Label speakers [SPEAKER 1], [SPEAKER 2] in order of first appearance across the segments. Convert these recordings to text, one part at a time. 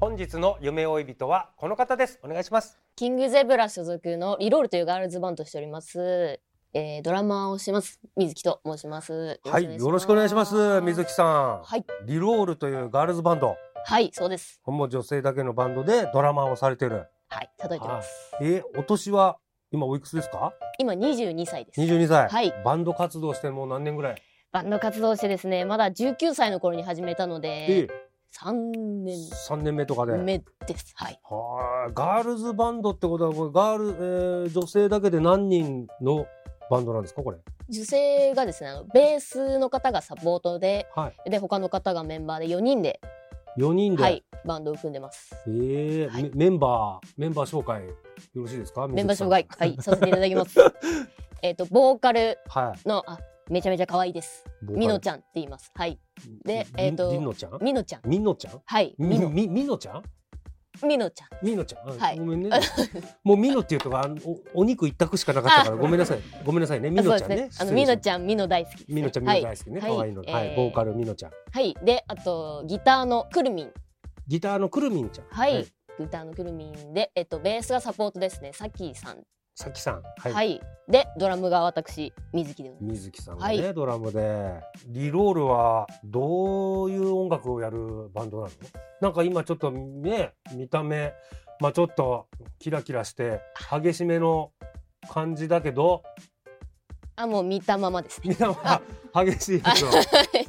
[SPEAKER 1] 本日の夢追い人はこの方ですお願いします
[SPEAKER 2] キングゼブラ所属のリロールというガールズバンドをしております。えー、ドラマーをしてます。水木と申します。
[SPEAKER 1] はいよろしくお願いします水木さん
[SPEAKER 2] はい。
[SPEAKER 1] リロールというガールズバンド
[SPEAKER 2] はい、そうです。
[SPEAKER 1] もう女性だけのバンドでドラマーをされてる
[SPEAKER 2] はい、叩いてます。
[SPEAKER 1] えお年は今おいくつですか
[SPEAKER 2] 今22歳です。
[SPEAKER 1] 22歳、
[SPEAKER 2] はい
[SPEAKER 1] バンド活動してもう何年ぐらい
[SPEAKER 2] バンド活動をしてですね、まだ19歳の頃に始めたので、3年
[SPEAKER 1] 3年目とかで
[SPEAKER 2] 目です。はい。
[SPEAKER 1] はあ、ガールズバンドってことはこれガール、えー女性だけで何人のバンドなんですかこれ。
[SPEAKER 2] 女性がですね、あのベースの方がサポートで、
[SPEAKER 1] はい。
[SPEAKER 2] で、他の方がメンバーで4人で、
[SPEAKER 1] 4人で。
[SPEAKER 2] はい、バンドを組んでます。
[SPEAKER 1] えー
[SPEAKER 2] はい
[SPEAKER 1] メメンバーメンバー紹介よろしいですか？
[SPEAKER 2] メンバー紹
[SPEAKER 1] 水
[SPEAKER 2] 介、はい、させていただ きます。えっと、ボーカル
[SPEAKER 1] 木さん。はい。
[SPEAKER 2] の、あ、めちゃめちゃ可愛いです。みのち
[SPEAKER 1] ゃ
[SPEAKER 2] ゃんって言います。はい。
[SPEAKER 1] ん
[SPEAKER 2] でえーと
[SPEAKER 1] みのちゃん？
[SPEAKER 2] みのちゃん。
[SPEAKER 1] みのちゃん？
[SPEAKER 2] はい。み
[SPEAKER 1] み
[SPEAKER 2] の。
[SPEAKER 1] みみのちゃん？
[SPEAKER 2] みのちゃん。
[SPEAKER 1] みのちゃん。
[SPEAKER 2] はい
[SPEAKER 1] ごめんね。もうみのっていうとあのおお肉一択しかなかったから
[SPEAKER 2] あ
[SPEAKER 1] ごめんなさい。ごめんなさいね。み
[SPEAKER 2] あそう
[SPEAKER 1] のちゃ
[SPEAKER 2] です
[SPEAKER 1] んね。
[SPEAKER 2] あの、みのち
[SPEAKER 1] ゃん。
[SPEAKER 2] ゃん、みの大好きです、ね。
[SPEAKER 1] みのちゃんみ
[SPEAKER 2] は
[SPEAKER 1] の
[SPEAKER 2] い
[SPEAKER 1] 大好きね。
[SPEAKER 2] はい
[SPEAKER 1] 可愛いの。は
[SPEAKER 2] え
[SPEAKER 1] い。
[SPEAKER 2] ー
[SPEAKER 1] ボーカルみのちゃん。
[SPEAKER 2] はい。で、あと、ギターのくるみん。
[SPEAKER 1] ギターのくるみんちゃん。
[SPEAKER 2] はい。。ギターのくるみんで、えっと、ベースがサポートですね。さきさん。
[SPEAKER 1] さきさん。は
[SPEAKER 2] はい。で、ドラムが私、みずきでございま
[SPEAKER 1] 水木さんがね、
[SPEAKER 2] は
[SPEAKER 1] ドラムでリロールはどういう音楽をやるバンドなのなんか今ちょっとね見た目まあちょっとキラキラして激しめの感じだけど
[SPEAKER 2] す。あ、もう見たままですね
[SPEAKER 1] 見。た目は激しいやつ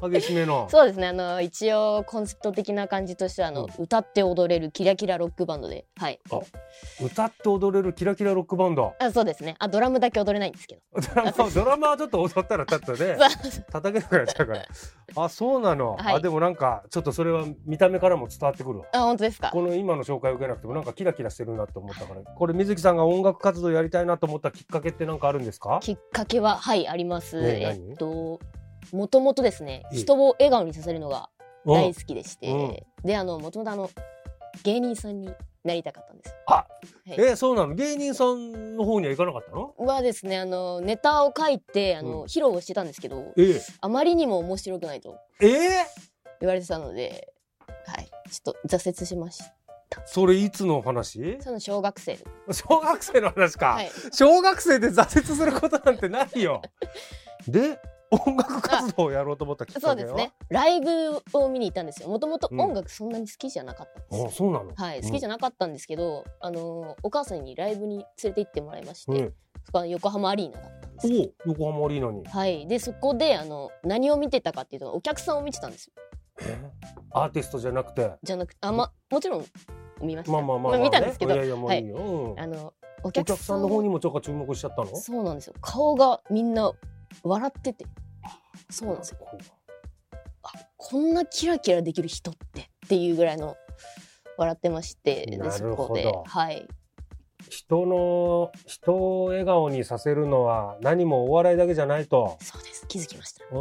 [SPEAKER 1] を激しめの
[SPEAKER 2] そうですね。あの、一応、コンセプト的な感じとしては、あの、歌って踊れるキラキラロックバンドで。はい。
[SPEAKER 1] 歌って踊れるキラキラロックバン ド
[SPEAKER 2] あ、そうですね。あ、ドラムだけ踊れないんですけど。
[SPEAKER 1] ドラマドラマはちょっと踊ったらたった ね叩けなくなっちゃうからあそうなの、
[SPEAKER 2] はい
[SPEAKER 1] あでもなんかちょっとそれは見た目からも伝わってくるわ
[SPEAKER 2] あ、本当ですか。
[SPEAKER 1] この今の紹介を受けなくてもなんかキラキラしてるなと思ったからこれ水木さんが音楽活動やりたいなと思ったきっかけってなんかあるんですか
[SPEAKER 2] きっかけははいあります。
[SPEAKER 1] ね
[SPEAKER 2] え
[SPEAKER 1] 何
[SPEAKER 2] っともともとですね
[SPEAKER 1] ええ
[SPEAKER 2] 人を笑顔にさせるのが
[SPEAKER 1] う
[SPEAKER 2] 大
[SPEAKER 1] ん
[SPEAKER 2] 好きでして、であのもともとあの芸人さんになりたかったんです。
[SPEAKER 1] あ
[SPEAKER 2] はい
[SPEAKER 1] えそうなの芸人さんの方には行かなかったの
[SPEAKER 2] はですねあのネタを書いてあの、
[SPEAKER 1] うん
[SPEAKER 2] 披露してたんですけど
[SPEAKER 1] え
[SPEAKER 2] あまりにも面白くないと
[SPEAKER 1] ええ
[SPEAKER 2] 言われてたので、はいちょっと挫折しました。
[SPEAKER 1] それいつの話
[SPEAKER 2] その小学生
[SPEAKER 1] 小学生の話か、
[SPEAKER 2] はい
[SPEAKER 1] 小学生で挫折することなんてないよ で音楽活動をやろうと思ったきっかけ
[SPEAKER 2] そ
[SPEAKER 1] は
[SPEAKER 2] うですねライブを見に行ったんですよもともと音楽そんなに好きじゃなかったんですよ
[SPEAKER 1] あそうなの
[SPEAKER 2] はい、好きじゃなかったんですけど、あのお母さんにライブに連れて行ってもらいまして、
[SPEAKER 1] うん
[SPEAKER 2] そこは横浜アリーナだったんですけど、
[SPEAKER 1] お横浜アリーナに
[SPEAKER 2] はい、でそこであの何を見てたかっていうとお客さんを見てたんですよ
[SPEAKER 1] アーティストじゃなくて
[SPEAKER 2] じゃなくあ、ま、もちろん見まし た、
[SPEAKER 1] まあまあまあまあね、
[SPEAKER 2] 見たんですけど
[SPEAKER 1] いやいやもういいよ、うん
[SPEAKER 2] あのお
[SPEAKER 1] お
[SPEAKER 2] 客
[SPEAKER 1] 客
[SPEAKER 2] さ
[SPEAKER 1] さ
[SPEAKER 2] ん
[SPEAKER 1] んの方にもちょっと注目しちゃったの
[SPEAKER 2] そうなんですよ顔がみんな笑っててそうなんですよこんなキラキラできる人ってっていうぐらいの笑ってましてで
[SPEAKER 1] なる
[SPEAKER 2] そ
[SPEAKER 1] ほ
[SPEAKER 2] こ
[SPEAKER 1] ど
[SPEAKER 2] ではい
[SPEAKER 1] 人の人を笑顔にさせるのは何もお笑いだけじゃないと、
[SPEAKER 2] そうです気づきました
[SPEAKER 1] う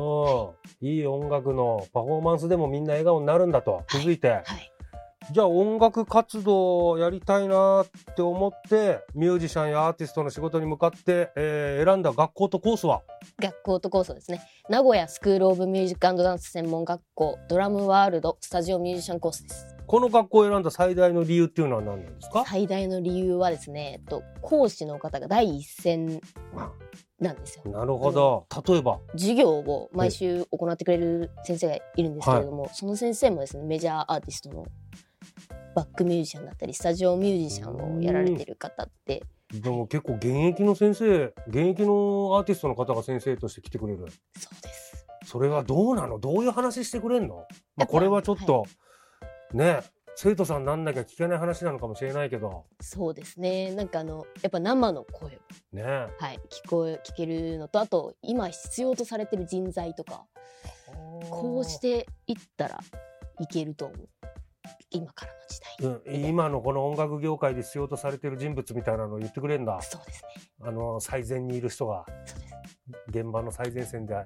[SPEAKER 1] ん、いい音楽のパフォーマンスでもみんな笑顔になるんだと気づいて、
[SPEAKER 2] はい
[SPEAKER 1] じゃあ音楽活動をやりたいなって思ってミュージシャンやアーティストの仕事に向かって、えー選んだ学校とコースは
[SPEAKER 2] 学校とコースをですね名古屋スクール・オブ・ミュージック・ダンス専門学校ドラムワールドスタジオミュージシャンコースです
[SPEAKER 1] ここの学校を選んだ最大の理由っていうのは何なんですか
[SPEAKER 2] 最大の理由はですね、えっと、講師の方が第一線なんですよ。
[SPEAKER 1] なるほど。例えば。
[SPEAKER 2] 授業を毎週行ってくれる先生がいるんですけれども、その先生もですねメジャーアーティストのバックミュージシャンだったりスタジオミュージシャンをやられてる方って
[SPEAKER 1] でも結構現役の先生、現役のアーティストの方が先生として来てくれる。
[SPEAKER 2] そうです
[SPEAKER 1] それはどうなのどういう話してくれんの、ま
[SPEAKER 2] や
[SPEAKER 1] あ、
[SPEAKER 2] っぱ
[SPEAKER 1] これはちょっと、ね、生徒さんなんなきゃ聞けない話なのかもしれないけど、
[SPEAKER 2] そうですねなんかあのやっぱ生の声を、
[SPEAKER 1] ね。
[SPEAKER 2] はい、聞こえ聞けるのとあと今必要とされてる人材とかこうしていったらいけると思う今からの時代
[SPEAKER 1] うん今のこの音楽業界で必要とされてる人物みたいなのを言ってくれんだ。
[SPEAKER 2] そうですね
[SPEAKER 1] あの、最前にいる人が、
[SPEAKER 2] そうです
[SPEAKER 1] 現場の最前線で、ね、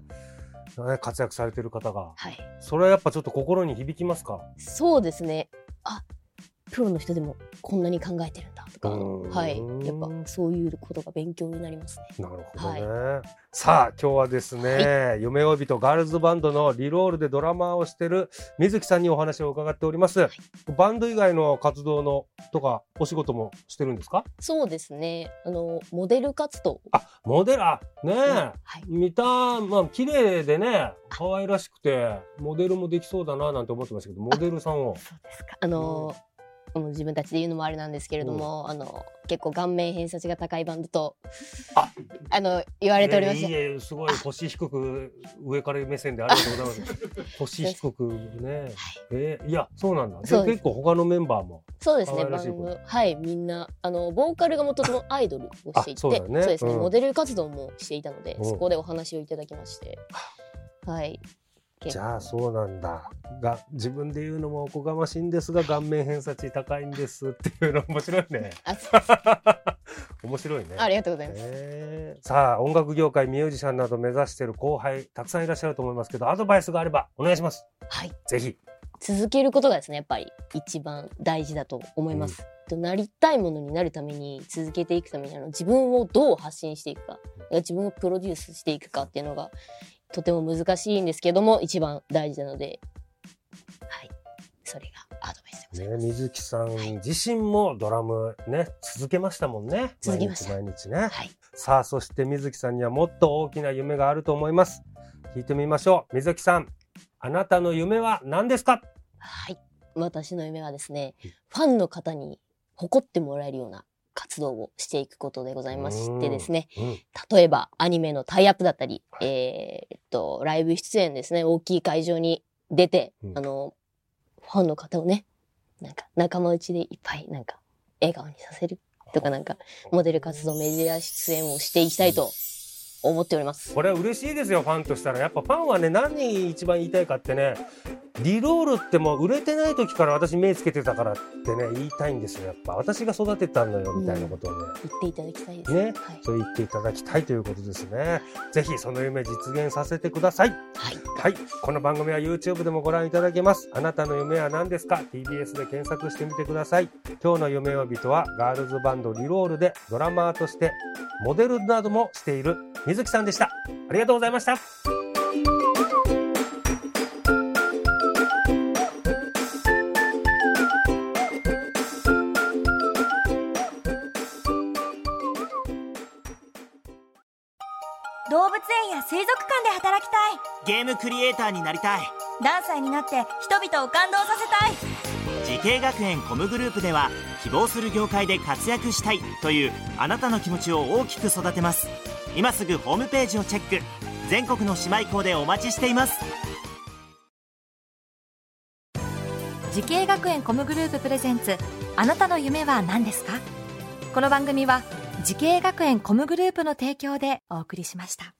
[SPEAKER 1] 活躍されてる方が。
[SPEAKER 2] はい
[SPEAKER 1] それはやっぱちょっと心に響きますか
[SPEAKER 2] そうですね。あ、プロの人でもこんなに考えてるんだとか、
[SPEAKER 1] うん
[SPEAKER 2] はい、やっぱそういうことが勉強になりますね。
[SPEAKER 1] なるほどね。さあ今日はですね、夢追い人ガールズバンドのリロールでドラマーをしてる水木さんにお話を伺っております。バンド以外の活動のとかお仕事もしてるんですか？
[SPEAKER 2] そうですね。あのモデル活動、
[SPEAKER 1] あモデルあねえ、
[SPEAKER 2] はい、
[SPEAKER 1] 見たまあ綺麗でね可愛らしくてモデルもできそうだななんて思ってましたけどモデルさんを
[SPEAKER 2] そうですか。あの、もう自分たちで言うのもあれなんですけれども、あの結構顔面偏差値が高いバンドと
[SPEAKER 1] あ
[SPEAKER 2] あの言われておりまし
[SPEAKER 1] い
[SPEAKER 2] て、
[SPEAKER 1] えいえすごい腰低く上から目線でありがとうございま す。腰低くねえーいやそうなんだ。で
[SPEAKER 2] そうです
[SPEAKER 1] 結構他のメンバーも
[SPEAKER 2] そうですね。
[SPEAKER 1] 可愛ら
[SPEAKER 2] バ
[SPEAKER 1] しい
[SPEAKER 2] ン
[SPEAKER 1] 子
[SPEAKER 2] ドはいみんなあのボーカルがもともとアイドルをしてい
[SPEAKER 1] あ
[SPEAKER 2] て、
[SPEAKER 1] そうだよね
[SPEAKER 2] ですね、
[SPEAKER 1] うん
[SPEAKER 2] モデル活動もしていたので、
[SPEAKER 1] うん
[SPEAKER 2] そこでお話をいただきまして、はい。結構
[SPEAKER 1] じゃあそうなんだが自分で言うのもおこがましいんですが顔面偏差値高いんですっていうの面白い ね
[SPEAKER 2] あそうです
[SPEAKER 1] 面白いね
[SPEAKER 2] ありがとうございます。
[SPEAKER 1] へえさあ音楽業界ミュージシャンなど目指している後輩たくさんいらっしゃると思いますけどアドバイスがあればお願いします
[SPEAKER 2] はい、
[SPEAKER 1] ぜひ
[SPEAKER 2] 続けることがですねやっぱり一番大事だと思います。となりたいものになるために続けていくためにあの自分をどう発信していくか自分をプロデュースしていくかっていうのがとても難しいんですけども一番大事なのではいそれがアドバイスでござい
[SPEAKER 1] ね
[SPEAKER 2] ます。
[SPEAKER 1] 水木さん自身もドラムね続けましたもんね
[SPEAKER 2] 続けました
[SPEAKER 1] 毎日毎日ね
[SPEAKER 2] はい、
[SPEAKER 1] さあそして水木さんにはもっと大きな夢があると思います聞いてみましょう水木さんあなたの夢は何ですか
[SPEAKER 2] はい、私の夢はですねファンの方に誇ってもらえるような活動をしていくことでございましてですね
[SPEAKER 1] うん
[SPEAKER 2] 例えばアニメのタイアップだったり、えーっと、ライブ出演ですね、大きい会場に出て、
[SPEAKER 1] うん
[SPEAKER 2] あの、ファンの方をね、なんか仲間内でいっぱい、なんか、笑顔にさせるとか、なんか、モデル活動、メディア出演をしていきたいと思っております。
[SPEAKER 1] これは嬉しいですよファンとしたらやっぱファンはね何一番言いたいかってねリロールってもう売れてない時から私目つけてたからってね言いたいんですよやっぱ私が育てたのよみたいなことをね、
[SPEAKER 2] 言っていただきたいです
[SPEAKER 1] ね
[SPEAKER 2] はい。
[SPEAKER 1] そう言っていただきたいということですねぜひその夢実現させてください
[SPEAKER 2] はい。
[SPEAKER 1] はいこの番組は YouTube でもご覧いただけますあなたの夢は何ですか TBS で検索してみてください今日の夢呼びとはガールズバンドリロールでドラマーとしてモデルなどもしている水木さんでしたありがとうございました
[SPEAKER 3] 動物園や水族館で働きたい
[SPEAKER 4] ゲームクリエイターになりたい
[SPEAKER 3] 何歳になって人々を感動させたい
[SPEAKER 4] 時系学園コムグループでは希望する業界で活躍したいというあなたの気持ちを大きく育てます今すぐホームページをチェック全国の姉妹校でお待ちしています
[SPEAKER 5] 時系学園コムグループプレゼンツあなたの夢は何ですかこの番組は時系学園コムグループの提供でお送りしました